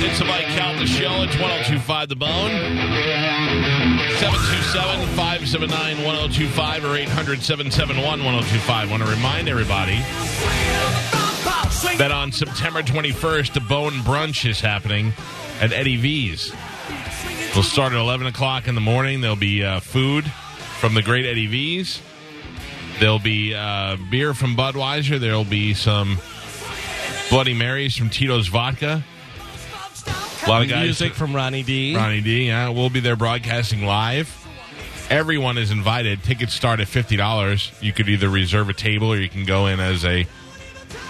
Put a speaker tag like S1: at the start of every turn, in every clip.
S1: Did somebody count the show? It's 1025 The Bone. 727 579 1025 or 800 771 1025. Want to remind everybody that on September 21st, the Bone Brunch is happening at Eddie V's. We'll start at 11 o'clock in the morning. There'll be uh, food from the great Eddie V's. There'll be uh, beer from Budweiser. There'll be some Bloody Marys from Tito's Vodka. A lot of guys.
S2: Music from Ronnie D.
S1: Ronnie D. Yeah, we'll be there broadcasting live. Everyone is invited. Tickets start at fifty dollars. You could either reserve a table or you can go in as a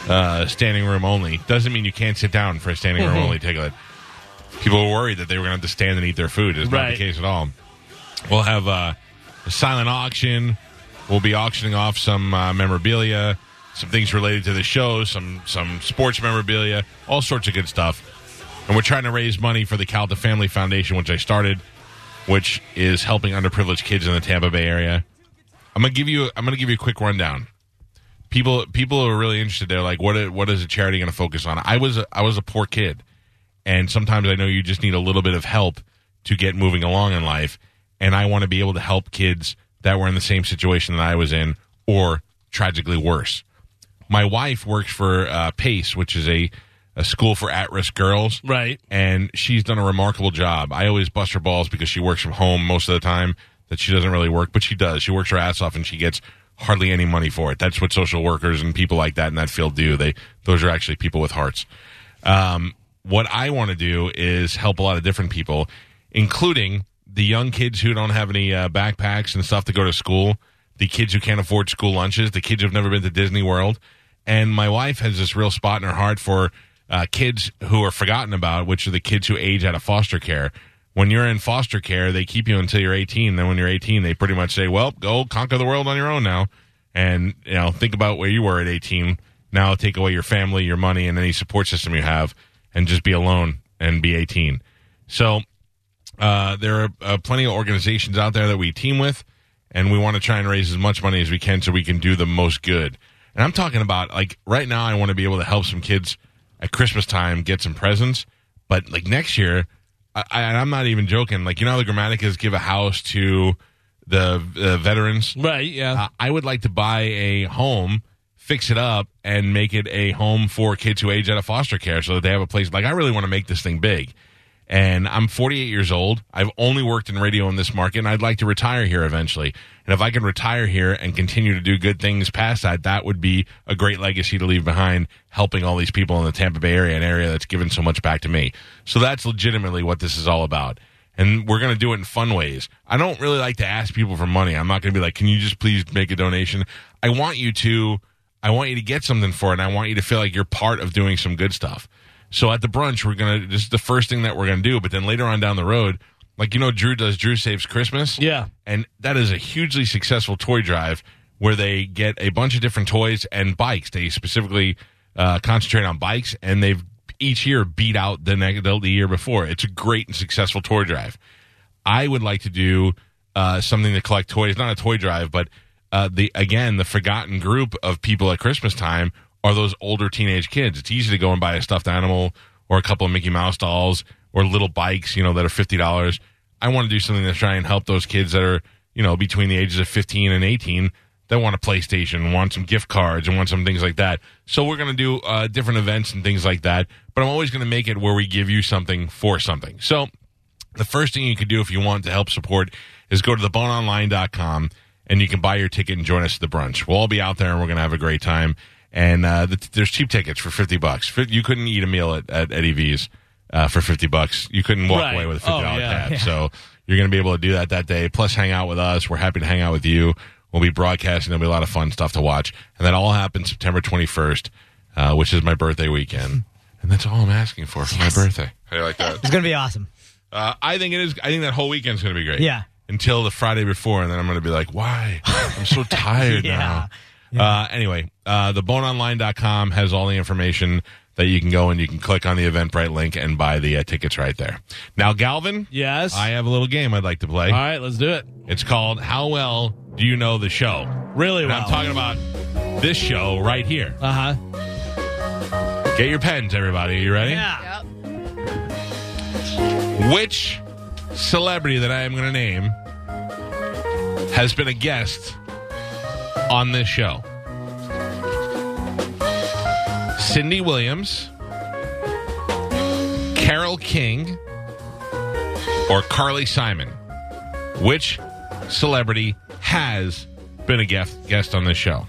S1: uh, standing room only. Doesn't mean you can't sit down for a standing room only ticket. People were worried that they were going to have to stand and eat their food. It's not the
S2: Right.
S1: case at all. We'll have uh, a silent auction. We'll be auctioning off some uh, memorabilia, some things related to the show, some some sports memorabilia, all sorts of good stuff. And we're trying to raise money for the Calda Family Foundation, which I started, which is helping underprivileged kids in the Tampa Bay area. I'm gonna give you I'm gonna give you a quick rundown. People people are really interested. They're like, what i- what is a charity gonna focus on? I was a, I was a poor kid, and sometimes I know you just need a little bit of help to get moving along in life. And I want to be able to help kids that were in the same situation that I was in, or tragically worse. My wife works for uh, Pace, which is a a school for at risk girls
S2: Right.
S1: and she's done a remarkable job. I always bust her balls because she works from home most of the time that she doesn't really work, but she does. She works her ass off and she gets hardly any money for it. That's what social workers and people like that in that field do. They those are actually people with hearts. Um, what I want to do is help a lot of different people, including the young kids who don't have any uh, backpacks and stuff to go to school, the kids who can't afford school lunches, the kids who've never been to Disney World. And my wife has this real spot in her heart for uh, kids who are forgotten about, which are the kids who age out of foster care. When you're in foster care, they keep you until you're 18. Then when you're 18, they pretty much say, "Well, go conquer the world on your own now." and you know think about where you were at 18 now take away your family your money and any support system you have and just be alone and be 18 so uh, there are uh, plenty of organizations out there that we team with and we want to try and raise as much money as we can so we can do the most good and i'm talking about like right now i want to be able to help some kids at christmas time get some presents but like next year I, I, and i'm not even joking like you know how the grammaticas give a house to the uh, veterans
S2: Right. Yeah.
S1: uh, I would like to buy a home, fix it up, and make it a home for kids who age out of foster care so that they have a place. Like, I really want to make this thing big. And I'm 48 years old. I've only worked in radio in this market, and I'd like to retire here eventually. And if I can retire here and continue to do good things past that, that would be a great legacy to leave behind, helping all these people in the Tampa Bay area, an area that's given so much back to me. So that's legitimately what this is all about and we're going to do it in fun ways. I don't really like to ask people for money. I'm not going to be like, "Can you just please make a donation?" I want you to I want you to get something for it and I want you to feel like you're part of doing some good stuff. So at the brunch, we're going to this is the first thing that we're going to do, but then later on down the road, like you know Drew does Drew Saves Christmas?
S2: Yeah.
S1: And that is a hugely successful toy drive where they get a bunch of different toys and bikes. They specifically uh, concentrate on bikes, and they've each year beat out the, ne- the the year before. It's a great and successful toy drive. I would like to do uh, something to collect toys, not a toy drive, but uh, the again the forgotten group of people at Christmas time are those older teenage kids. It's easy to go and buy a stuffed animal or a couple of Mickey Mouse dolls or little bikes, you know, that are fifty dollars. I want to do something to try and help those kids that are you know between the ages of fifteen and eighteen that want a PlayStation, want some gift cards, and want some things like that. So we're going to do uh, different events and things like that. But I'm always going to make it where we give you something for something. So the first thing you can do if you want to help support is go to theboneonline.com and you can buy your ticket and join us at the brunch. We'll all be out there and we're going to have a great time. and uh, the, there's cheap tickets for fifty bucks. Fi- You couldn't eat a meal at, at Eddie V's uh, for fifty bucks. You couldn't walk
S3: Right.
S1: away with a
S3: Oh,
S1: fifty dollar
S3: yeah,
S1: tab.
S3: yeah.
S1: So you're going to be able to do that that day. Plus, hang out with us. We're happy to hang out with you. We'll be broadcasting. There'll be a lot of fun stuff to watch, and that all happens September 21st, uh, which is my birthday weekend. And that's all I'm asking for for my birthday. How do you like that?
S3: It's going to be awesome.
S1: Uh, I think it is. I think that whole weekend's going to be great.
S3: Yeah.
S1: Until the Friday before, and then I'm going to be like, why? I'm so tired
S3: Yeah.
S1: now. Uh, anyway, uh, theboneonline.com has all the information that you can go and you can click on the Eventbrite link and buy the uh, tickets right there. Now, Galvin,
S2: Yes.
S1: I have a little game I'd like to play.
S2: All right, let's do it.
S1: It's called How Well Do You Know the Show?
S2: Really
S1: And
S2: well.
S1: I'm talking about this show right here.
S2: Uh huh.
S1: Get your pens, everybody. You ready?
S2: Yeah.
S1: Which celebrity that I am going to name has been a guest on this show? Cindy Williams, Carol King, or Carly Simon? Which celebrity has been a guest guest on this show?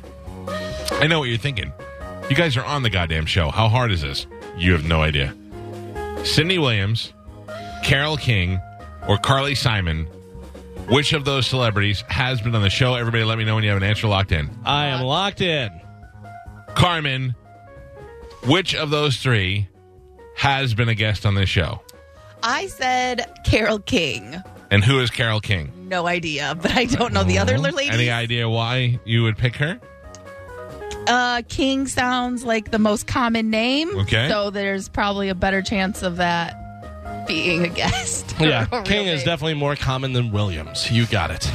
S1: I know what you're thinking. You guys are on the goddamn show. How hard is this? You have no idea. Cindy Williams, Carol King, or Carly Simon, which of those celebrities has been on the show? Everybody let me know when you have an answer locked in.
S2: I am locked in.
S1: Carmen, which of those three has been a guest on this show?
S4: I said Carol King.
S1: And who is Carol King?
S4: No idea, but I don't know Oh, the other
S2: Mm-hmm.
S4: lady.
S1: Any idea why you would pick her?
S4: Uh, King sounds like the most common name.
S1: Okay.
S4: So there's probably a better chance of that being a guest.
S2: Yeah.
S4: or a real
S2: King is
S4: name.
S2: definitely more common than Williams. You got it.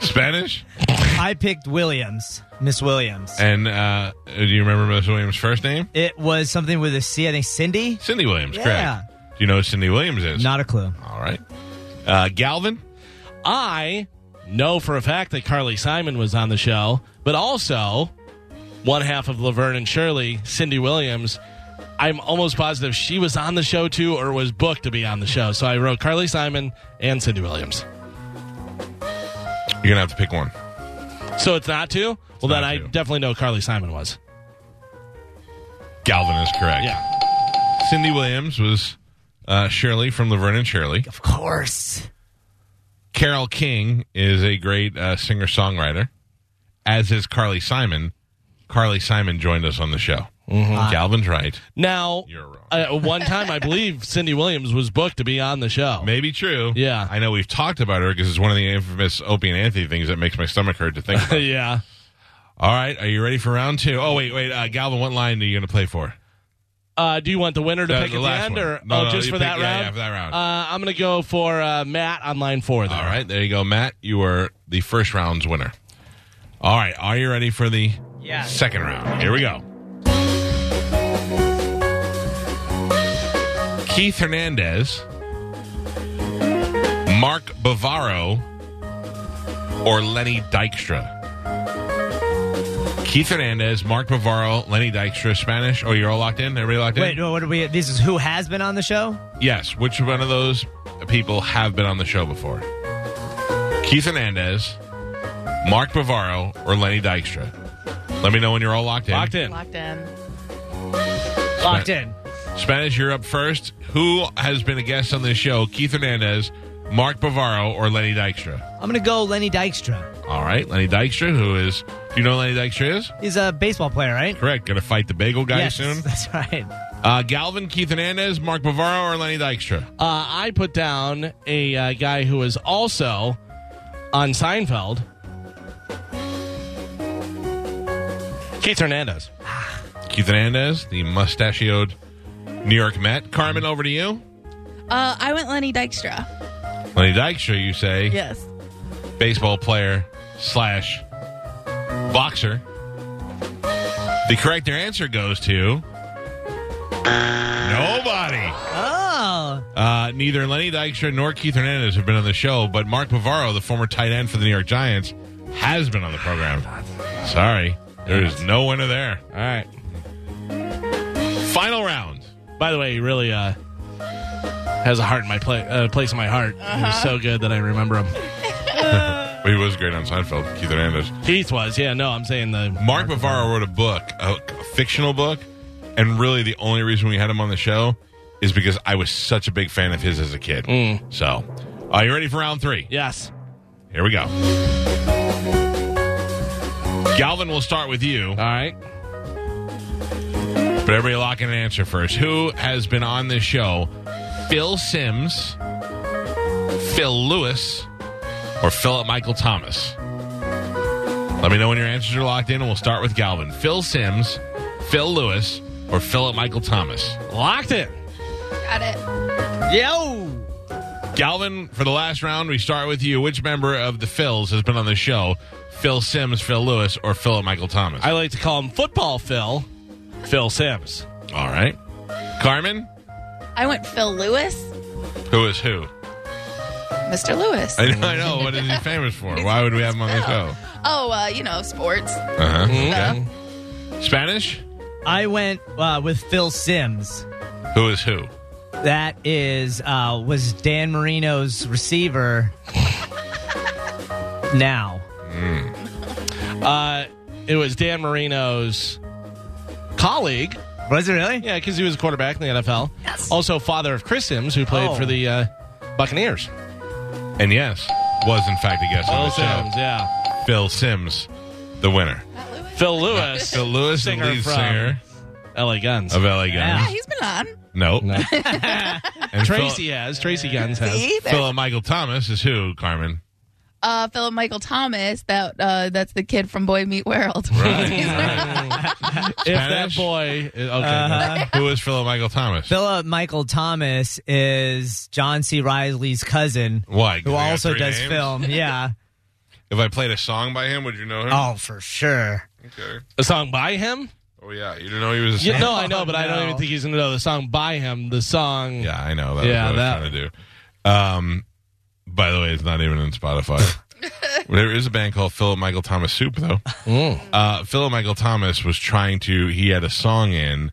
S1: Spanish?
S3: I picked Williams, Miss Williams.
S1: And uh, do you remember Miss Williams' first name?
S3: It was something with a C, I think Cindy.
S1: Cindy Williams,
S3: Yeah.
S1: correct. Do you know who Cindy Williams is?
S3: Not a clue.
S1: All right. Uh, Galvin?
S2: I know for a fact that Carly Simon was on the show, but also one half of Laverne and Shirley, Cindy Williams. I'm almost positive she was on the show too, or was booked to be on the show. So I wrote Carly Simon and Cindy Williams.
S1: You're going to have to pick one.
S2: So it's not two. Well, then
S1: not
S2: I
S1: two.
S2: definitely know Carly Simon was.
S1: Galvin is correct.
S2: Yeah.
S1: Cindy Williams was uh, Shirley from Laverne and Shirley.
S3: Of course.
S1: Carol King is a great uh, singer songwriter, as is Carly Simon. Carly Simon joined us on the show.
S2: Mm-hmm.
S1: Galvin's right.
S2: Now,
S1: You're wrong.
S2: uh, one time I believe Cindy Williams was booked to be on the show.
S1: Maybe true.
S2: Yeah.
S1: I know we've talked about her because it's one of the infamous Opie and Anthony things that makes my stomach hurt to think about.
S2: yeah.
S1: All right. Are you ready for round two? Oh, wait, wait. Uh, Galvin, what line are you going to play for?
S2: Uh, do you want the winner to
S1: The-
S2: pick
S1: the
S2: at the
S1: last
S2: end,
S1: one.
S2: or
S1: No,
S2: oh,
S1: no,
S2: just
S1: you
S2: for
S1: pick-
S2: that
S1: yeah,
S2: round?
S1: yeah, for that round.
S2: Uh, I'm going to go for uh, Matt on line four. Then.
S1: All right. There you go, Matt. You were the first round's winner. All right. Are you ready for the
S3: Yeah.
S1: Second round. Here we go. Keith Hernandez, Mark Bavaro, or Lenny Dykstra? Keith Hernandez, Mark Bavaro, Lenny Dykstra, Spanish. Oh, you're all locked in? Everybody locked in?
S3: Wait, no, what are we? This is who has been on the show?
S1: Yes. Which one of those people have been on the show before? Keith Hernandez, Mark Bavaro, or Lenny Dykstra? Let me know when you're all locked in.
S2: Locked in.
S4: Locked in.
S3: Locked in.
S1: Spanish, you're up first. Who has been a guest on this show? Keith Hernandez, Mark Bavaro, or Lenny Dykstra?
S3: I'm going to go Lenny Dykstra.
S1: All right, Lenny Dykstra, who is. Do you know who Lenny Dykstra is?
S3: He's a baseball player, right?
S1: Correct. Going to fight the bagel guy
S3: yes,
S1: soon.
S3: that's right.
S1: Uh, Galvin, Keith Hernandez, Mark Bavaro, or Lenny Dykstra?
S2: Uh, I put down a uh, guy who is also on Seinfeld. Keith Hernandez.
S1: Keith Hernandez, the mustachioed New York Met. Carmen, over to you.
S4: Uh, I went Lenny Dykstra.
S1: Lenny Dykstra, you say,
S4: Yes.
S1: baseball player slash boxer. The correct answer goes to. Nobody.
S3: Oh,
S1: Uh, neither Lenny Dykstra nor Keith Hernandez have been on the show, but Mark Bavaro, the former tight end for the New York Giants, has been on the program. Sorry, there is no winner there.
S2: All right.
S1: Final round.
S2: By the way, he really uh, has a heart in my pla- uh, place in my heart. He was so good that I remember him.
S1: But he was great on Seinfeld, Keith Hernandez.
S2: Keith was, yeah. No, I'm saying the
S1: Mark Bavaro wrote a book, a, a fictional book, and really the only reason we had him on the show is because I was such a big fan of his as a kid. So, are you ready for round three?
S2: yes.
S1: Here we go. Galvin, we'll start with you,
S2: All right.
S1: but everybody lock in an answer first. Who has been on this show? Phil Sims, Phil Lewis, or Philip Michael Thomas? Let me know when your answers are locked in, and we'll start with Galvin. Phil Sims, Phil Lewis, or Philip Michael Thomas?
S2: Locked it.
S4: Got it.
S3: Yo.
S1: Galvin, for the last round, we start with you. Which member of the Phils has been on the show? Phil Sims, Phil Lewis, or Philip Michael Thomas?
S2: I like to call him Football Phil, Phil Sims.
S1: All right. Carmen,
S4: I went Phil Lewis,
S1: who is who?
S4: Mr. Lewis.
S1: I know. I know. What is he famous for? Why would we have him on the show?
S4: Oh, uh, you know, sports.
S1: Uh-huh. Okay. Spanish,
S3: I went uh, with Phil Sims.
S1: who is who?
S3: That is uh, was Dan Marino's receiver. now,
S2: Uh, it was Dan Marino's colleague.
S3: was it really?
S2: Yeah, because he was a quarterback in the NFL.
S4: Yes.
S2: Also, father of Chris Sims, who played
S3: Oh.
S2: for the uh, Buccaneers.
S1: And yes, was in fact a guest on
S2: Phil
S1: the show.
S2: Sims, yeah.
S1: Phil Sims, the winner.
S4: Not Lewis.
S2: Phil Lewis,
S1: Phil Lewis, the
S2: Singer
S1: lead
S2: from-
S1: singer
S2: LA Guns.
S1: of LA Guns.
S4: Yeah, he's been on.
S1: No.
S2: No.
S1: And
S2: Tracy has. Tracy Guns has.
S4: See?
S1: Phil, Philip Michael Thomas is who? Carmen.
S4: Uh, Philip Michael Thomas. That uh, that's the kid from Boy Meet World.
S2: if that
S1: Spanish? Uh,
S2: boy. Okay.
S1: Who is Philip Michael Thomas?
S3: Philip Michael Thomas is John C. Riley's cousin,
S1: Why? 'Cause
S3: who
S1: they got
S3: also
S1: three
S3: does
S1: names?
S3: film. Yeah.
S1: If I played a song by him, would you know him?
S3: Oh, for sure.
S1: Okay.
S2: A song by him?
S1: Oh yeah, you didn't know he was. A
S2: Yeah,
S1: singer?
S2: no, I know, but I
S3: no.
S2: don't even think he's going to know the song by him. The song.
S1: Yeah, I know. That
S2: Mm.
S1: was
S2: Yeah,
S1: what I
S2: that-
S1: was trying to do. Um, by the way, it's not even in Spotify. there is a band called Philip Michael Thomas Soup, though.
S2: Mm.
S1: Uh, Philip Michael Thomas was trying to. He had a song in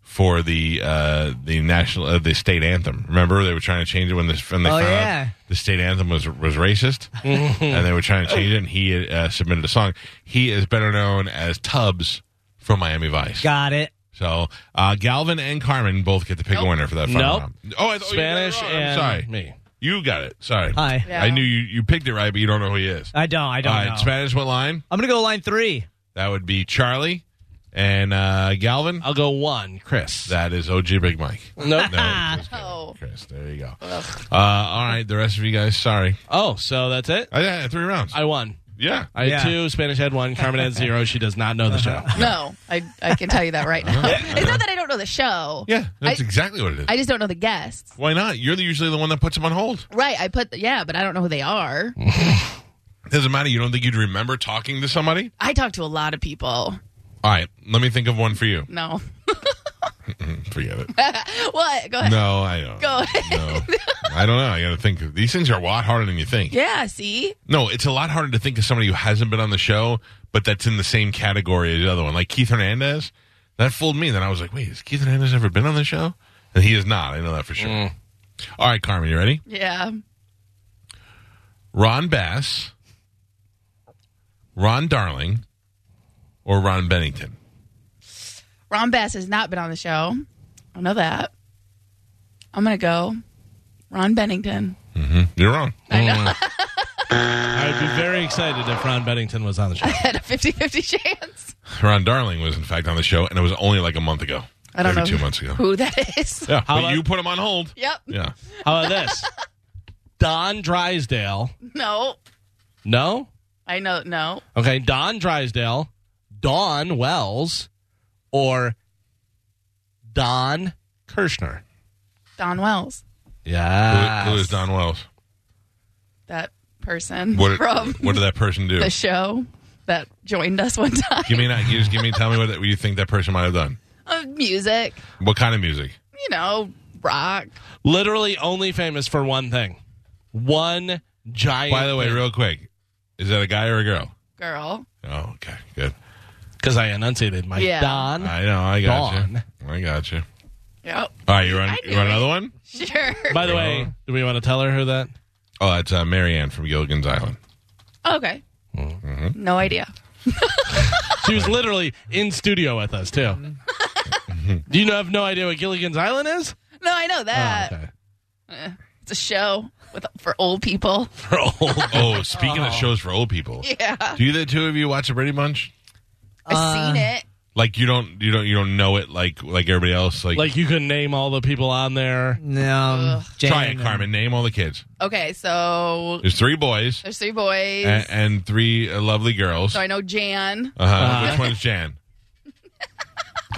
S1: for the uh, the national uh, the state anthem. Remember, they were trying to change it when this when they
S3: Oh,
S1: found out
S3: yeah.
S1: the state anthem was was racist,
S2: Mm-hmm.
S1: and they were trying to change it. And he uh, submitted a song. He is better known as Tubbs from Miami Vice.
S3: Got it.
S1: So uh, Galvin and Carmen both get to pick a winner for that final
S2: Nope.
S1: round. Oh, I thought you got it
S2: Spanish
S1: wrong. I'm
S2: and
S1: sorry.
S2: me.
S1: You got it. Sorry.
S3: Hi.
S4: Yeah.
S1: I knew you, you picked it right, but you don't know who he is.
S3: I don't. I don't
S1: All right,
S3: know.
S1: Spanish, what line?
S3: I'm gonna go line three.
S1: That would be Charlie and uh, Galvin.
S2: I'll go one, Chris.
S1: That is OG Big Mike.
S2: Oh. nope.
S1: No, just kidding.
S4: Oh.
S1: Chris, there you go. Uh, all right, the rest of you guys, sorry.
S2: Oh, so that's it?
S1: I had three rounds.
S2: I won.
S1: yeah.
S2: I had
S3: Yeah.
S2: two. Spanish had one. Carmen had zero. She does not know the show.
S4: No, I I can tell you that right now. it's not that I don't know the show.
S1: Uh-huh. yeah, that's
S4: I-
S1: exactly what it is.
S4: I just don't know the guests.
S1: Why not? You're the- usually the one that puts them on hold.
S4: Right, I put the, yeah, but I don't know who they are.
S1: Mm. Doesn't matter. You don't think you'd remember talking to somebody?
S4: I talk to a lot of people.
S1: All right, let me think of one for you.
S4: No,
S1: Forget it.
S4: what? Go ahead.
S1: No, I don't.
S4: Go ahead.
S1: No. I don't know. I got to think. These things are a lot harder than you think.
S4: Yeah, see,
S1: No, it's a lot harder to think of somebody who hasn't been on the show, but that's in the same category as the other one. Like Keith Hernandez, that fooled me. Then I was like, wait, has Keith Hernandez ever been on the show? And he is not. I know that for sure. All right, Carmen, you ready?
S4: yeah.
S1: Ron Bass, Ron Darling, or Ron Bennington?
S4: Ron Bass has not been on the show. I know that. I'm gonna go. Ron Bennington.
S1: You're wrong.
S2: I would be very excited if Ron Bennington was on the show.
S4: Had a 50-50 chance.
S1: Ron Darling was, in fact, on the show, and it was only like a month ago.
S4: I don't
S1: maybe
S4: know
S1: two months ago.
S4: who that is.
S1: Yeah, but
S2: about-
S1: you put him on hold.
S4: Yep.
S1: Yeah.
S2: How about this? Don Drysdale.
S4: No,
S2: No?
S4: I know. No,
S2: Okay. Don Drysdale, Don Wells, or Don Kirshner.
S4: Don Wells.
S2: Yeah.
S4: Ah.
S1: Who- who is Don Wells?
S4: That person
S1: What
S4: from
S1: what did that person do?
S4: the show that joined us one time.
S1: give me an idea. Just give me. Tell me what, that- what you think that person might have done.
S4: of music,
S1: What kind of music?
S4: you know, rock.
S2: Literally only famous for one thing. One giant.
S1: By the way, real quick, is that a guy or a girl?
S4: girl.
S1: Oh, okay, good.
S2: Because I enunciated my
S4: Yeah.
S2: Don.
S1: I know. I got
S2: Dawn.
S1: you. I got you.
S4: Yep.
S1: All right, you want
S4: I
S1: you want
S4: knew it.
S1: another one?
S4: Sure.
S2: By the way, do we want to tell her who that?
S1: Oh, that's uh, Marianne from Gilligan's Island.
S4: Oh, okay. No idea.
S2: She was literally in studio with us too. Do you have no idea what Gilligan's Island is?
S4: No, I know
S2: Oh,
S4: that. Eh,
S2: okay.
S4: It's a show with for old people.
S2: For old-
S1: Oh, speaking of shows for old people,
S4: Yeah.
S1: do the two of you watch a Brady Bunch?
S4: I've seen it.
S1: Like you don't, you don't, you don't know it like like everybody else. Like,
S2: like you can name all the people on there.
S3: No, um, Jan
S1: try it,
S3: and-
S1: Carmen. Name all the kids.
S4: Okay, so
S1: There's three boys
S4: there's three boys.
S1: and, and three uh, lovely girls.
S4: so
S1: Uh-huh.
S4: I know Jan.
S1: Which one's Jan?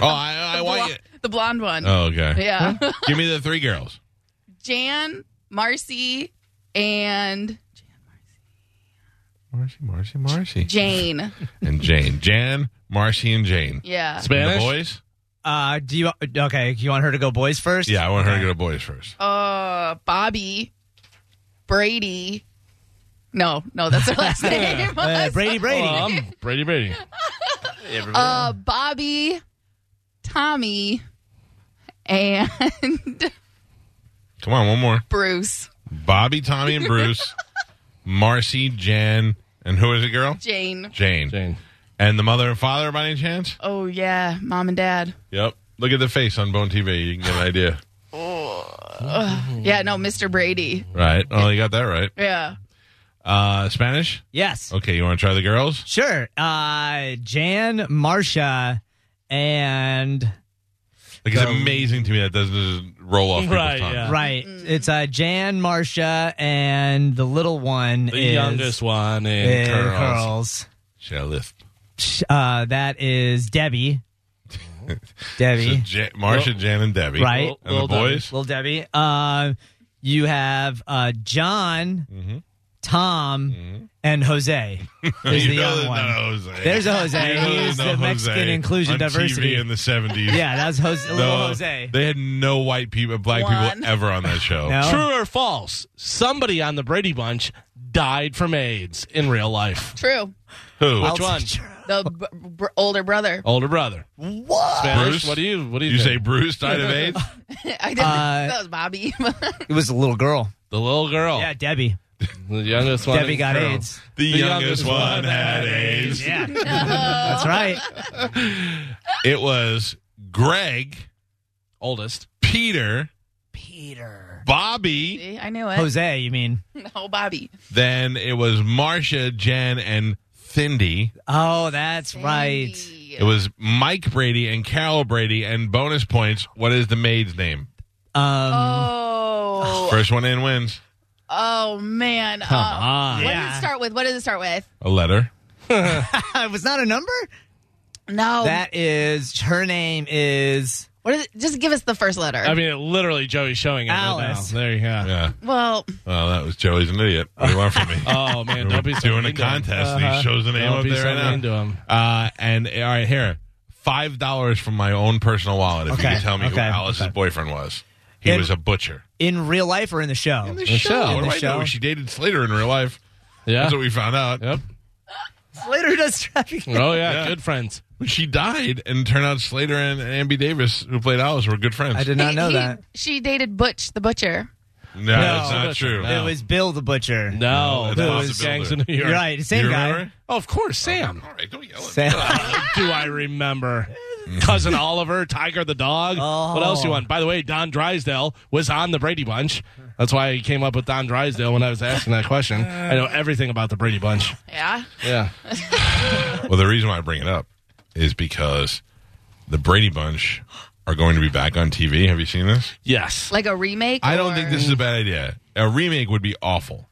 S1: oh, I, I want you.
S4: The blonde one.
S1: Oh, okay.
S4: Yeah.
S1: Give me the three girls.
S4: Jan, Marcy, and
S1: Marcy, Marcy, Marcy,
S4: Jane.
S1: and Jane. Jan, Marcy, and Jane.
S4: Yeah.
S1: And
S2: Spanish.
S1: The boys.
S3: Uh, do you okay? You want her to go boys first? Uh,
S1: Yeah, I want her to go to boys first.
S4: Uh, Bobby, Brady. No, no, that's her last name.
S3: Uh, Brady Brady.
S2: Well, I'm Brady Brady.
S4: Uh, Bobby, Tommy, and
S1: Come on, one more.
S4: Bruce,
S1: Bobby, Tommy, and Bruce, Marcy, Jan, and who is it, girl?
S4: Jane.
S1: Jane.
S2: Jane.
S1: And the mother and father, by any chance?
S4: Oh yeah, mom and dad.
S1: Yep. Look at the face on Bone TV. You can get an idea.
S4: Yeah, no, Mr. Brady.
S1: Right. Oh, you got that right.
S4: Yeah.
S1: Uh, Spanish?
S3: Yes.
S1: Okay, you want to try the girls?
S3: Sure. Uh, Jan, Marsha, and
S1: Like, it's amazing to me that doesn't just roll off people's
S2: Right,
S1: tongue.
S2: yeah.
S3: right. It's uh, Jan, Marsha, and the little one
S2: The
S3: is
S2: youngest one in
S3: is
S2: curls.
S3: curls.
S1: Sheriff.
S3: Uh, that is Debbie.
S1: So
S3: Debbie.
S1: Jan- Marsha, Jan, and Debbie.
S3: Right.
S1: And the boys?
S3: Little Debbie. Uh, you have uh, John,
S1: Mm-hmm.
S3: Tom, and Jose. Is
S1: you
S3: the
S1: know
S3: young
S1: there's
S3: one.
S1: not a Jose.
S3: There's a Jose.
S1: You know
S3: he
S1: there's
S3: is
S1: no
S3: the Mexican
S1: Jose
S3: inclusion
S1: on
S3: diversity.
S1: TV in the 70s.
S3: yeah, that was Jose, little
S1: No,
S3: Jose.
S1: They had no white people, black
S4: One.
S1: people ever on that show.
S3: No.
S2: True or false? Somebody on the Brady Bunch died from AIDS in real life.
S4: True.
S1: Who?
S2: Which one?
S4: The b- b- older brother.
S2: Older brother. What? Spanish.
S1: Bruce?
S2: What do you? What do you?
S1: You say
S2: think?
S1: Bruce died of AIDS?
S4: I didn't. that was Bobby.
S3: It was a little girl.
S2: the little girl.
S3: Yeah, Debbie.
S2: The youngest one.
S3: Debbie
S2: in
S3: got
S2: curls.
S3: AIDS.
S1: The,
S2: youngest one
S1: had AIDS.
S3: Yeah. That's right.
S1: It was Greg,
S2: Oldest.
S1: Peter,
S3: Peter.
S1: Bobby.
S4: See, I knew it.
S3: Jose, you mean?
S4: No, Bobby.
S1: Then it was Marcia, Jan, and Cindy.
S3: Oh, that's right.
S4: Hey.
S1: It was Mike Brady and Carol Brady. And bonus points, what is the maid's name?
S3: Um,
S4: Oh.
S1: First one in wins.
S4: Oh man. Come
S2: on.
S4: What does
S3: Uh, Yeah.
S4: it start with? What does it start with?
S1: A letter.
S3: it was not a number.
S4: No.
S3: That is her name is
S4: what is it? Just give us the first letter.
S2: I mean, it literally Joey's showing it
S3: Alice.
S2: right now. There you go.
S1: Yeah.
S4: well,
S1: Well, that was Joey's an idiot. What do you want from me?
S2: Oh man, don't be so
S1: doing a
S2: mean to him. Uh-huh.
S1: contest and he shows the name
S2: Don't
S1: up
S2: be
S1: there
S2: so
S1: right now.
S2: mean to him.
S1: Uh, and all right, here five dollars from my own personal wallet if you
S3: Okay,
S1: could tell me who
S3: okay,
S1: Alice's boyfriend was. He
S3: It-
S1: was a butcher.
S3: in real life or in the show.
S2: show.
S1: What
S3: In
S1: do
S3: the
S1: I
S3: show.
S1: know? She dated Slater in real life.
S2: Yeah.
S1: That's what we found out.
S2: Yep.
S3: Slater does traffic.
S2: Oh yeah,
S1: Yeah.
S2: good friends.
S1: She died, and it turned out Slater and Ambie Davis, who played Alice, were good friends.
S3: I did not
S4: he-
S3: know
S4: he-
S3: that.
S4: She dated Butch the butcher.
S1: No, that's not true.
S2: No.
S3: It was Bill the Butcher.
S2: No,
S1: No, that's
S2: those
S1: Bob the
S2: gangs
S1: Builder.
S2: in New York.
S3: You're right. Same
S1: you
S3: guy.
S1: remember?
S2: Oh, of course, Sam.
S1: All right, don't yell. At me.
S3: Same.
S2: Do I remember? Cousin Oliver, Tiger the dog.
S3: Oh.
S2: What else you want? By the way, Don Drysdale was on the Brady Bunch. That's why I came up with Don Drysdale when I was asking that question. I know everything about the Brady Bunch.
S4: Yeah.
S2: Yeah.
S1: Well, the reason why I bring it up is because the Brady Bunch are going to be back on TV. Have you seen this?
S2: Yes.
S4: Like a remake?
S1: I don't
S4: or-
S1: think this is a bad idea. A remake would be awful.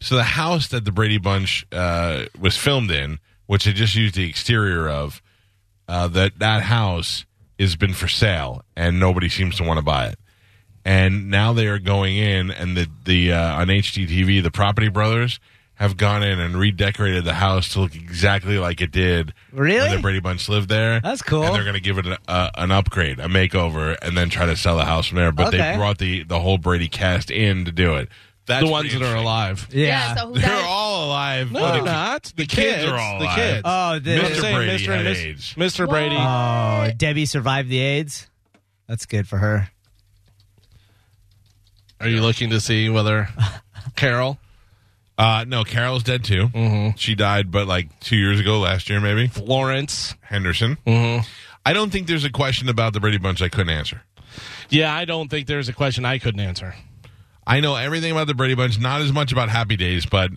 S1: So the house that the Brady Bunch uh, was filmed in, which they just used the exterior of, uh, that that house has been for sale and nobody seems to want to buy it. And now they are going in, and the the uh, on HGTV, the Property Brothers have gone in and redecorated the house to look exactly like it did when
S3: Really?
S1: the Brady Bunch lived there.
S3: That's cool.
S1: And they're going to give it an, uh, an upgrade, a makeover, and then try to sell the house from there. But they
S3: Okay.
S1: brought the the whole Brady cast in to do it. That's
S2: the ones that
S1: pretty
S2: are
S1: interesting.
S2: alive.
S3: Yeah.
S4: Yeah, so who
S1: They're
S4: died?
S1: all alive.
S2: No,
S1: but
S2: they're
S1: the-
S2: not. The,
S1: kids are all
S2: The
S1: alive.
S2: kids.
S3: Oh, the-
S2: I'm saying
S1: Brady
S2: Mr. and
S1: had
S2: Miss-
S1: AIDS.
S2: Mr. Brady.
S3: Oh, Debbie survived the AIDS. That's good for her.
S2: Are you looking to see whether Carol
S1: Uh, no, Carol's dead too. Mm-hmm. She died, but like two years ago, last year maybe.
S2: Lawrence.
S1: Henderson. Mm-hmm. I don't think there's a question about the Brady Bunch I couldn't answer.
S2: Yeah, I don't think there's a question I couldn't answer.
S1: I know everything about the Brady Bunch, not as much about Happy Days, but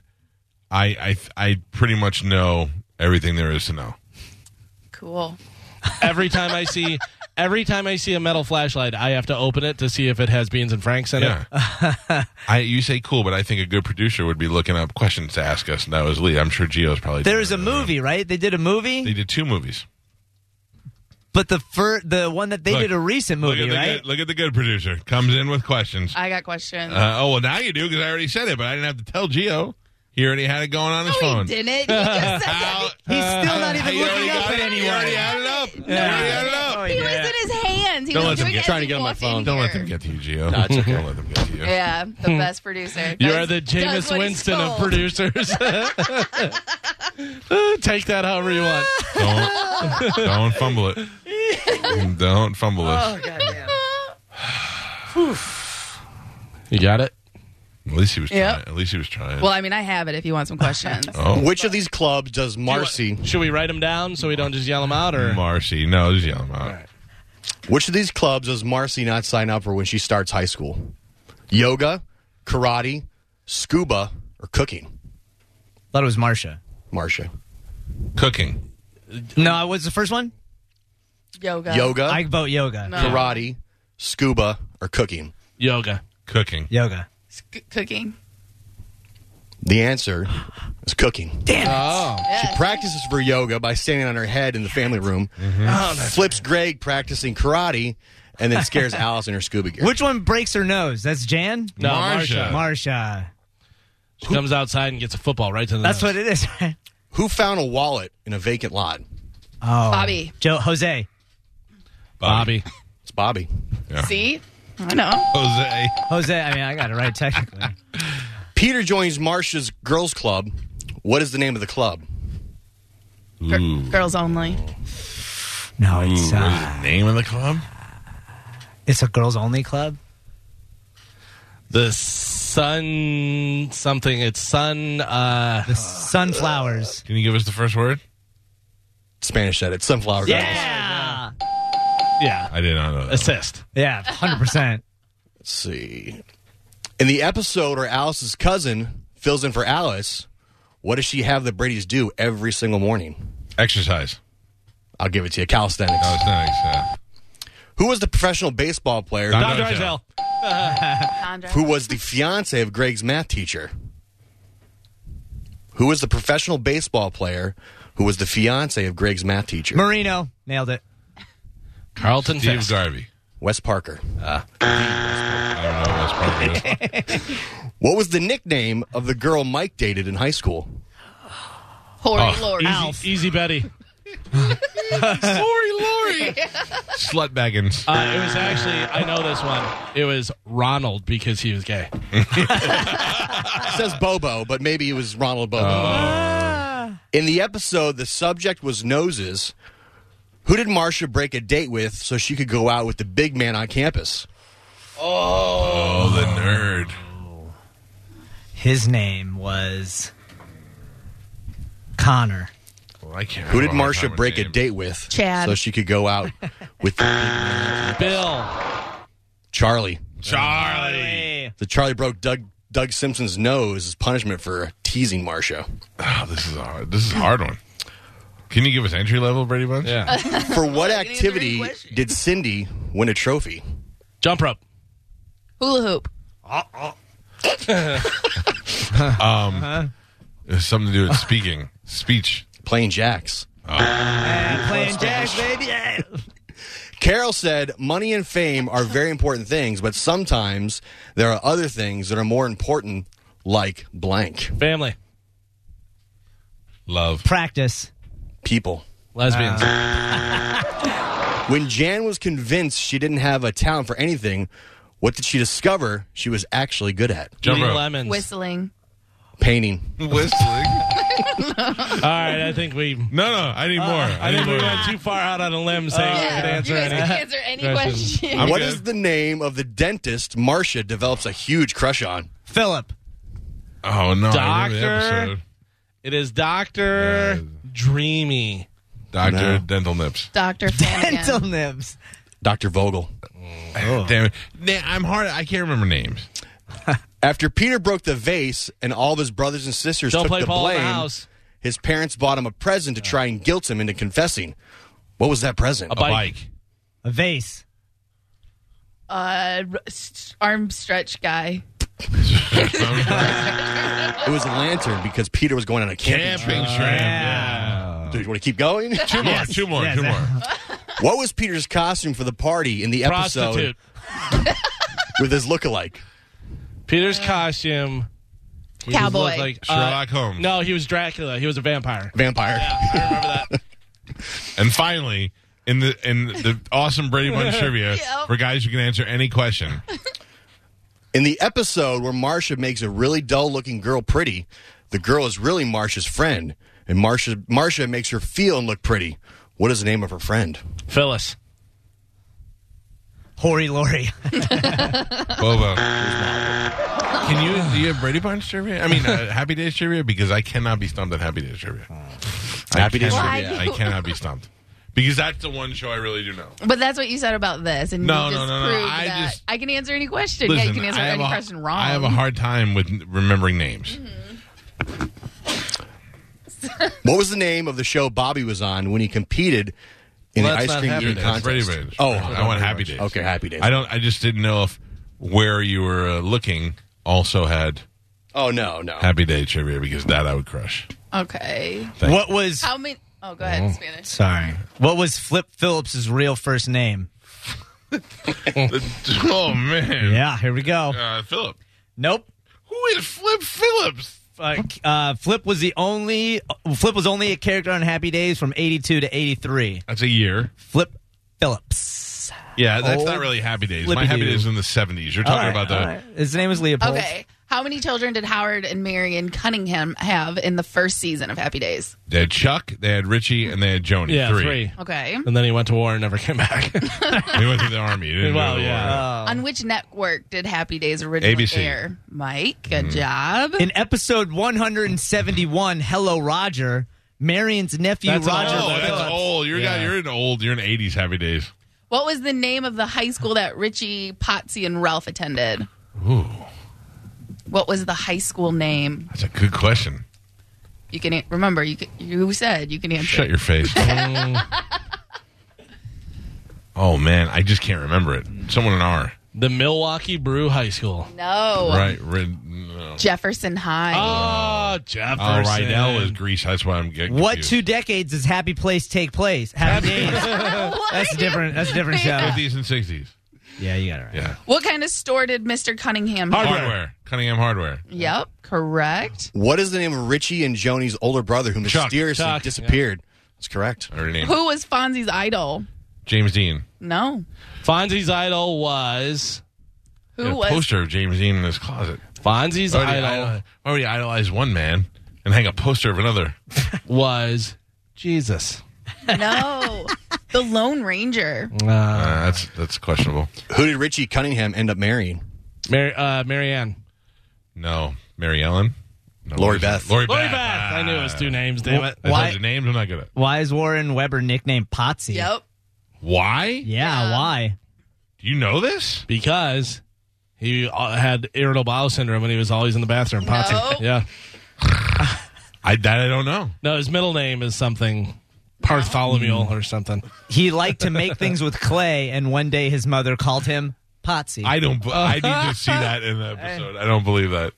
S1: I I, I pretty much know everything there is to know.
S4: Cool.
S2: Every time I see every time I see a metal flashlight, I have to open it to see if it has beans and franks in
S1: Yeah. I you say cool, but I think a good producer would be looking up questions to ask us. And that was Lee. I'm sure Gio's probably
S3: There's a movie, right? They did a
S1: They
S3: movie,
S1: did two movies.
S3: but the fir- the one that they
S1: Look.
S3: did a recent
S1: Look
S3: movie,
S1: at the
S3: right?
S1: good, look at the good producer comes in with questions.
S4: I got questions.
S1: Uh, oh well, now you do because I already said it, but I didn't have to tell Gio. He already had it going on his
S4: no,
S1: phone.
S4: he didn't. He just said
S1: How-
S3: He's still not
S1: how
S3: even
S1: you already
S3: looking up
S1: got
S3: at
S1: it? You already
S3: anyone.
S1: had it up.
S4: Yeah.
S1: You already had it up.
S4: Oh, he was in his hands. He
S1: Don't let
S4: was
S1: them
S4: doing
S1: get-
S4: it
S5: trying
S4: as
S5: to
S4: he
S5: get on my
S4: walked
S5: phone.
S4: in
S1: Don't let
S4: here.
S1: them get to you, Gio.
S5: No, it's okay.
S1: Don't let them get to you.
S4: Yeah, the best producer.
S2: You
S4: Does-
S2: are the
S4: does
S2: Jameis
S4: what he's
S2: Winston of producers.
S4: told.
S2: Uh, Take that however you want.
S1: Don't, don't fumble it. Don't fumble it.
S2: You got it?
S1: At least he was
S4: Yep.
S1: trying. At least he was trying.
S4: Well, I mean, I have it if you want some questions.
S1: oh,
S5: Which of these clubs does Marcy?
S2: Should we write them down so we don't just yell them out? Or
S1: Marcy. No, he's yelling out.
S5: Which of these clubs does Marcy not sign up for when she starts high school? Yoga, karate, scuba, or cooking?
S3: Thought it was Marsha.
S5: Marcia,
S1: Cooking.
S3: No, I was the first one.
S4: Yoga.
S5: yoga,
S3: Uh, I vote yoga.
S4: No.
S5: karate, scuba, or cooking?
S2: yoga?
S1: Cooking.
S3: Yoga.
S4: C- cooking.
S5: The answer is cooking.
S3: Damn it.
S5: She practices for yoga by standing on her head in the family room,
S3: Mm-hmm. Oh,
S5: flips Greg practicing karate, and then scares Alice in her scuba gear.
S3: Which one breaks her nose? That's Jan.
S2: No,
S1: Marcia.
S2: Marsha.
S3: Marsha.
S2: She comes outside and gets a football right to the
S3: That's
S2: nose.
S3: what it is. right?
S5: Who found a wallet in a vacant lot?
S3: Oh,
S4: Bobby.
S3: Joe Jose.
S2: Bobby.
S5: It's Bobby.
S4: See? I know.
S1: Jose.
S3: Jose. I mean, I got it right technically.
S5: Peter joins Marsha's girls' club. What is the name of the club?
S4: Gir- girls only.
S3: No,
S1: Ooh,
S3: it's
S1: what is
S3: uh,
S1: the name of the club?
S3: it's a girls only club.
S2: The sun something. It's sun. Uh,
S3: The Sunflowers.
S1: Can you give us the first word?
S5: Spanish said it. Sunflower Girls.
S3: Yeah.
S2: yeah.
S1: I did not know that.
S2: Assist.
S3: Yeah. Hundred percent.
S5: Let's see. In the episode where Alice's cousin fills in for Alice, what does she have the Brady's do every single morning?
S1: Exercise.
S5: I'll give it to you. Calisthenics.
S1: Oh, it's not exercise.
S5: Who was the professional baseball player
S1: Don
S2: Don
S1: Drysdale.
S2: Drysdale.
S4: Sandra.
S5: who was the fiance of Greg's math teacher? Who was the professional baseball player who was the fiance of Greg's math teacher?
S3: Marino nailed it.
S2: Carlton
S1: Steve
S2: Fisk.
S1: Garvey.
S5: Wes Parker.
S1: I don't know what that's part of it.
S5: What was the nickname of the girl Mike dated in high school?
S4: Hori Lori.
S2: Easy, easy Betty.
S1: Slut baggins.
S2: Uh, it was actually, I know this one. It was Ronald because he was gay.
S5: It says Bobo, but maybe it was Ronald Bobo.
S4: Ah.
S5: In the episode, the subject was noses. Who did Marcia break a date with so she could go out with the big man on campus?
S1: oh, the nerd.
S3: His name was Connor.
S1: Well, I can't
S5: Who
S1: remember
S5: did
S1: all the
S5: Marcia
S1: time with
S5: break a
S1: names.
S5: date with
S4: Chad.
S5: so she could go out with the big man?
S2: Bill.
S5: Charlie?
S1: Charlie.
S3: Hey.
S5: The Charlie broke Doug Doug Simpson's nose as punishment for teasing Marcia.
S1: Oh, this is a hard. This is a hard one. Can you give us entry level Brady Bunch?
S2: Yeah.
S5: For what
S4: Like, any other
S5: activity
S4: question?
S5: did Cindy win a trophy?
S2: Jump rope.
S4: Hula hoop.
S1: It has something to do with speaking, speech.
S5: Playing jacks.
S3: Yeah, playing jazz, baby. Yeah.
S5: Carol said, Money and fame are very important things, but sometimes there are other things that are more important, like blank.
S2: Family.
S1: Love.
S3: Practice.
S5: People.
S2: Lesbians.
S5: When Jan was convinced she didn't have a talent for anything, what did she discover she was actually good at?
S1: Jump
S2: Lee
S1: rope.
S2: Lemons.
S4: Whistling.
S5: Painting.
S2: Mm-hmm.
S1: Whistling.
S2: All right, I think we.
S1: No, no, I need more. I,
S2: Uh, I
S1: need
S2: think we
S1: more.
S2: went too far out on a limb
S4: Uh,
S2: saying we could Oh, answer
S4: you guys
S2: any.
S4: can answer any
S2: questions.
S4: question.
S1: I'm
S5: What
S1: good.
S5: is the name of the dentist Marcia develops a huge crush on?
S3: Philip.
S1: Oh no! I remember the
S2: Doctor.
S1: episode.
S2: It is Doctor Dreamy.
S1: Doctor
S5: No.
S1: Dental Nips.
S4: Dr. Flanagan.
S3: Dental nibs.
S5: Dr. Vogel.
S1: Damn it! Na- I'm hard. I can't remember names.
S5: After Peter broke the vase and all of his brothers and sisters
S2: Don't
S5: took
S2: play
S5: the
S2: Paul in
S5: blame,
S2: the house.
S5: his parents bought him a present to try and guilt him into confessing. What was that present?
S2: A bike.
S3: A vase.
S4: uh, r- s- arm stretch guy.
S5: It was a lantern because Peter was going on a camping
S1: Camping trip. Yeah.
S5: trip. Dude, you want to keep going?
S1: Two more. Two more.
S3: Yes.
S1: Two more.
S5: what was Peter's costume for the party in the episode
S2: Prostitute.
S5: with his lookalike?
S2: Peter's costume. he just
S4: Cowboy.
S2: looked Like, uh,
S1: Sherlock Holmes.
S2: No, he was Dracula. He was a vampire.
S5: Vampire.
S2: I remember that.
S1: And finally, in the in the awesome Brady Bunch trivia
S4: Yep.
S1: for guys who can answer any question.
S5: In the episode where Marcia makes a really dull looking girl pretty, the girl is really Marcia's friend, and Marcia Marcia makes her feel and look pretty. What is the name of her friend?
S2: Phyllis.
S3: Hori Lori.
S1: Bobo. Can you do you have Brady Bunch trivia? I mean, uh, Happy Days trivia because I cannot be stumped at Happy Days trivia. Happy
S5: Days
S4: trivia.
S1: I cannot be stumped because that's the one show I really do know.
S4: But that's what you said about this, and
S1: No,
S4: you
S1: no,
S4: just
S1: no, no.
S4: proved
S1: I
S4: that
S1: just-
S4: I can answer any question. yeah, you
S1: Listen,
S4: can answer
S1: I have
S4: any
S1: a-
S4: question wrong. Mm-hmm.
S1: I have a hard time with remembering names.
S5: What was the name of the show Bobby was on when he competed in
S2: Well,
S5: the
S2: that's
S5: ice
S2: not
S5: cream
S2: Happy
S5: eating
S2: Days.
S5: contest?
S1: Brady Bunch.
S5: Oh,
S1: I want Happy Days.
S5: Okay, Happy Days.
S1: I don't. I just didn't know if where you were uh, looking also had
S5: Oh no, no.
S1: Happy Day trivia because that I would crush.
S4: Okay.
S3: what was
S4: How many? Oh, go ahead, Spanish.
S3: sorry. What was Flip Phillips's real first name?
S1: oh man.
S3: Yeah, here we go.
S1: Uh, Philip.
S3: Nope.
S1: Who is Flip Phillips?
S3: Fuck. Uh, Flip was the only uh, Flip was only a character on Happy Days from 82 to 83.
S1: That's a year.
S3: Flip Phillips.
S1: Yeah, that's
S3: Old
S1: not really Happy Days. My
S3: flippity
S1: Happy
S3: doo.
S1: Days is in the seventies. You're
S3: All
S1: talking
S3: right,
S1: about the.
S3: all right. His name is Leopold.
S4: Okay. How many children did Howard and Marion Cunningham have in the first season of Happy Days?
S1: They had Chuck, they had Richie, and they had Joni.
S2: Yeah, three.
S4: Okay.
S2: And then he went to war and never came back.
S1: They went to the army. They didn't go
S2: well,
S1: to the war.
S2: yeah.
S4: On which network did Happy Days originally
S1: ABC.
S4: air? Mike, good
S1: Mm-hmm.
S4: job.
S3: In episode 171, Hello Roger, Marion's nephew
S2: That's an
S3: Roger
S2: old-
S1: Oh, that's
S3: Phillips.
S1: old. You're
S2: Yeah.
S1: not, you're an old. You're an eighties Happy Days.
S4: What was the name of the high school that Richie, Potsy, and Ralph attended?
S1: Ooh,
S4: What was the high school name?
S1: that's a good question.
S4: You can an- remember. You can, you said you can answer.
S1: Shut your face. oh man, I just can't remember it. Someone in R.
S2: the Milwaukee Brew High School.
S4: no.
S1: Right. Rid, no.
S4: Jefferson High.
S2: Oh, Jefferson.
S1: Oh, Rydell was Greece. That's why I'm getting
S3: What
S1: confused.
S3: two decades does Happy Place take place? Happy Days. That's a different. That's a different show. Yeah,
S1: Fifties and sixties.
S3: you got it right.
S1: Yeah.
S4: What kind of store did Mr. Cunningham have?
S1: Hardware. Cunningham Hardware.
S4: Yep, correct.
S5: What is the name of Richie and Joni's older brother who
S1: Chuck.
S5: mysteriously
S2: Chuck,
S5: disappeared? That's correct.
S1: Or her name.
S4: Who was Fonzie's idol?
S1: James Dean.
S4: No.
S2: Fonzie's idol was.
S4: Who
S1: He had a
S4: was
S1: poster of James Dean in his closet.
S2: Fonzie's
S1: Why would he
S2: idol
S1: idol- why would he idolize one man and hang a poster of another?
S2: was Jesus.
S4: No. the Lone Ranger.
S2: Uh,
S1: Uh, that's that's questionable.
S5: Who did Richie Cunningham end up marrying?
S2: Mary, uh, Marianne.
S1: No. Mary Ellen. No, what
S5: Lori
S1: is it?
S5: Beth.
S1: Lori Beth.
S2: Lori Beth. I knew it was two names, damn it.
S1: I
S3: Why-
S1: told you names. I'm not good at.
S3: Why is Warren Weber nicknamed Potsy?
S4: Yep.
S1: Why?
S3: Yeah, why?
S1: Do you know this?
S2: Because he uh, had irritable bowel syndrome and he was always in the bathroom. Potsy.
S4: No.
S2: Yeah.
S1: I that I don't know.
S2: No, his middle name is something Bartholomew or something.
S3: He liked to make things with clay, and one day his mother called him Potsy.
S1: I don't. b- I need to see that in
S3: Eh.
S1: the episode. I don't believe that.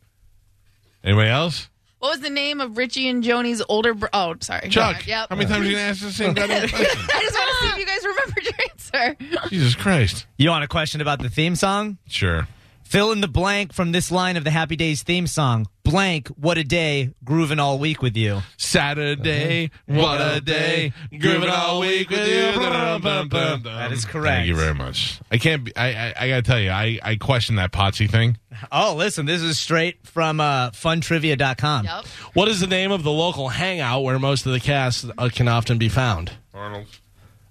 S1: Anybody else?
S4: What was the name of Richie and Joni's older bro? Oh, sorry.
S1: Chuck.
S4: Yep.
S1: How many times are you gonna ask the same goddamn question?
S4: I just want to see if you guys remembered your answer.
S1: Jesus Christ.
S3: you want a question about the theme song?
S1: Sure.
S3: Fill in the blank from this line of the Happy Days theme song. Blank, what a day, grooving all week with you.
S1: Saturday, Uh-huh. what a day, grooving all week with you. That
S3: That is correct.
S1: Thank you very much. I can't. Be, I, I I gotta tell you, I I question that Potsy thing.
S3: Oh, listen, this is straight from uh, funtrivia.com.
S4: Yep.
S2: What is the name of the local hangout where most of the cast uh, can often be found?
S1: Arnold.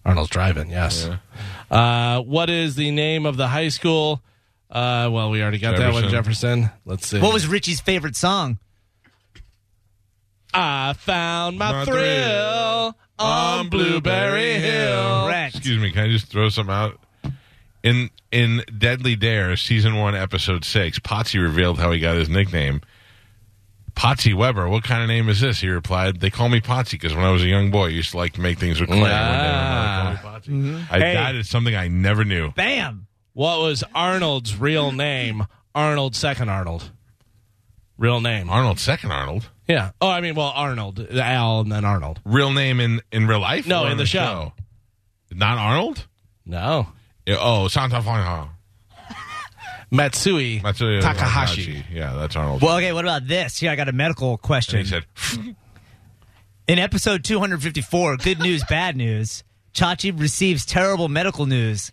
S2: Arnold's Drive-In, yes. Uh, what is the name of the high school? Uh, well, we already got that one, Jefferson. Let's see.
S3: What was Richie's favorite song?
S2: I found my,
S1: My
S2: thrill,
S1: thrill
S2: on Blueberry Hill.
S3: Correct.
S1: Excuse me, can I just throw some out? In in Deadly Dare, season one, episode six, Potsy revealed how he got his nickname. Potsy Weber, what kind of name is this? He replied, "They call me Potsy because when I was a young boy, I used to like to make things with clay.
S2: Ah.
S1: I, call me Potsy. I
S3: Hey.
S1: that is something I never knew.
S3: Bam.
S2: What was Arnold's real name? Arnold, second Arnold. Real name.
S1: Arnold, second Arnold,
S2: Yeah. Oh, I mean, well, Arnold, Al, and then Arnold.
S1: real name in in real life?
S2: No,
S1: or
S2: in
S1: on
S2: the show.
S1: Not Arnold.
S2: No.
S1: Yeah, oh, Santa Fonha.
S2: Matsui
S1: That's uh,
S2: Takahashi.
S1: Yeah, that's Arnold.
S3: Well, okay, what about this? Here, I got a medical
S1: And
S3: question.
S1: he said,
S3: In episode 254, Good News, Bad News, Chachi receives terrible medical news.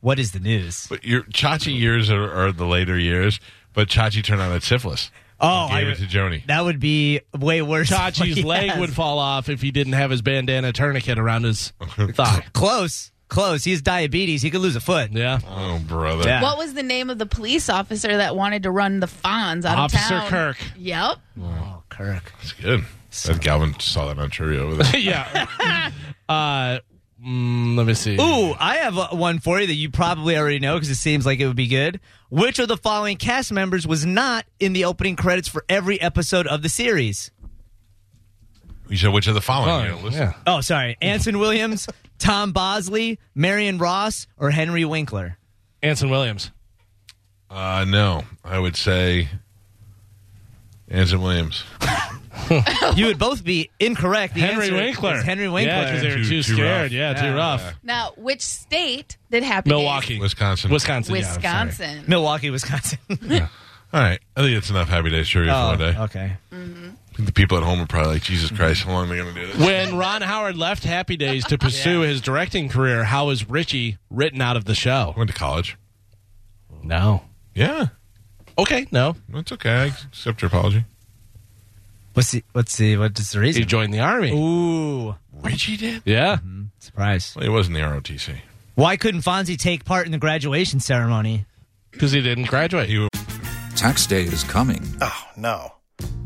S3: What is the news?
S1: But your Chachi years are, are the later years, but Chachi turned out at syphilis.
S3: Oh,
S1: He gave
S3: I-
S1: it to Joni.
S3: That would be way worse. than what
S2: Chachi's
S3: he
S2: leg
S3: has.
S2: would fall off if he didn't have his bandana tourniquet around his thigh.
S3: Close. Close. He has diabetes. He could lose a foot.
S2: Yeah.
S1: Oh, brother!
S3: Yeah.
S4: What was the name of the police officer that wanted to run the Fonz out
S2: Officer
S4: of town?
S2: Kirk.
S4: Yep.
S3: Oh, Kirk.
S1: that's good. That Galvin saw that on trivia over there.
S2: yeah. Uh, mm, let me see.
S3: Ooh, I have uh, one for you that you probably already know because it seems like it would be good. Which of the following cast members was not in the opening credits for every episode of the series?
S1: you said which of the following?
S2: Oh,
S1: You know, listen.
S2: yeah.
S3: Oh, sorry. Anson Williams, Tom Bosley, Marion Ross, or Henry Winkler?
S2: Anson Williams.
S1: Uh, no, I would say Anson Williams.
S3: You would both be incorrect. The
S2: Henry
S3: answer
S2: Winkler.
S3: is Henry Winkler.
S2: Yeah, because they were
S1: Too-
S2: too,
S1: too
S2: scared.
S1: rough.
S2: Yeah, too rough.
S4: Now, which state did Happy Days-
S2: Milwaukee.
S1: Wisconsin.
S2: Wisconsin. yeah, I'm sorry.
S4: Wisconsin.
S3: Milwaukee, Wisconsin.
S1: All right, I think it's enough Happy Days trivia
S3: oh,
S1: for one day.
S3: okay.
S1: I think the people at home are probably like, Jesus Christ, how long are they going to do this?
S2: When Ron Howard left Happy Days to pursue his directing career, how was Richie written out of the show?
S1: I went to college.
S2: No.
S1: Yeah,
S2: Okay, no.
S1: that's okay. I accept your apology.
S3: Let's see. Let's see. What is the
S2: He
S3: reason?
S2: joined the army.
S3: Ooh, Hmm,
S1: Richie did.
S2: Yeah.
S3: surprise.
S1: Well, he was in the ROTC.
S3: Why couldn't Fonzie take part in the graduation ceremony?
S2: Because he didn't graduate.
S1: He
S6: Tax day is coming.
S7: Oh, no.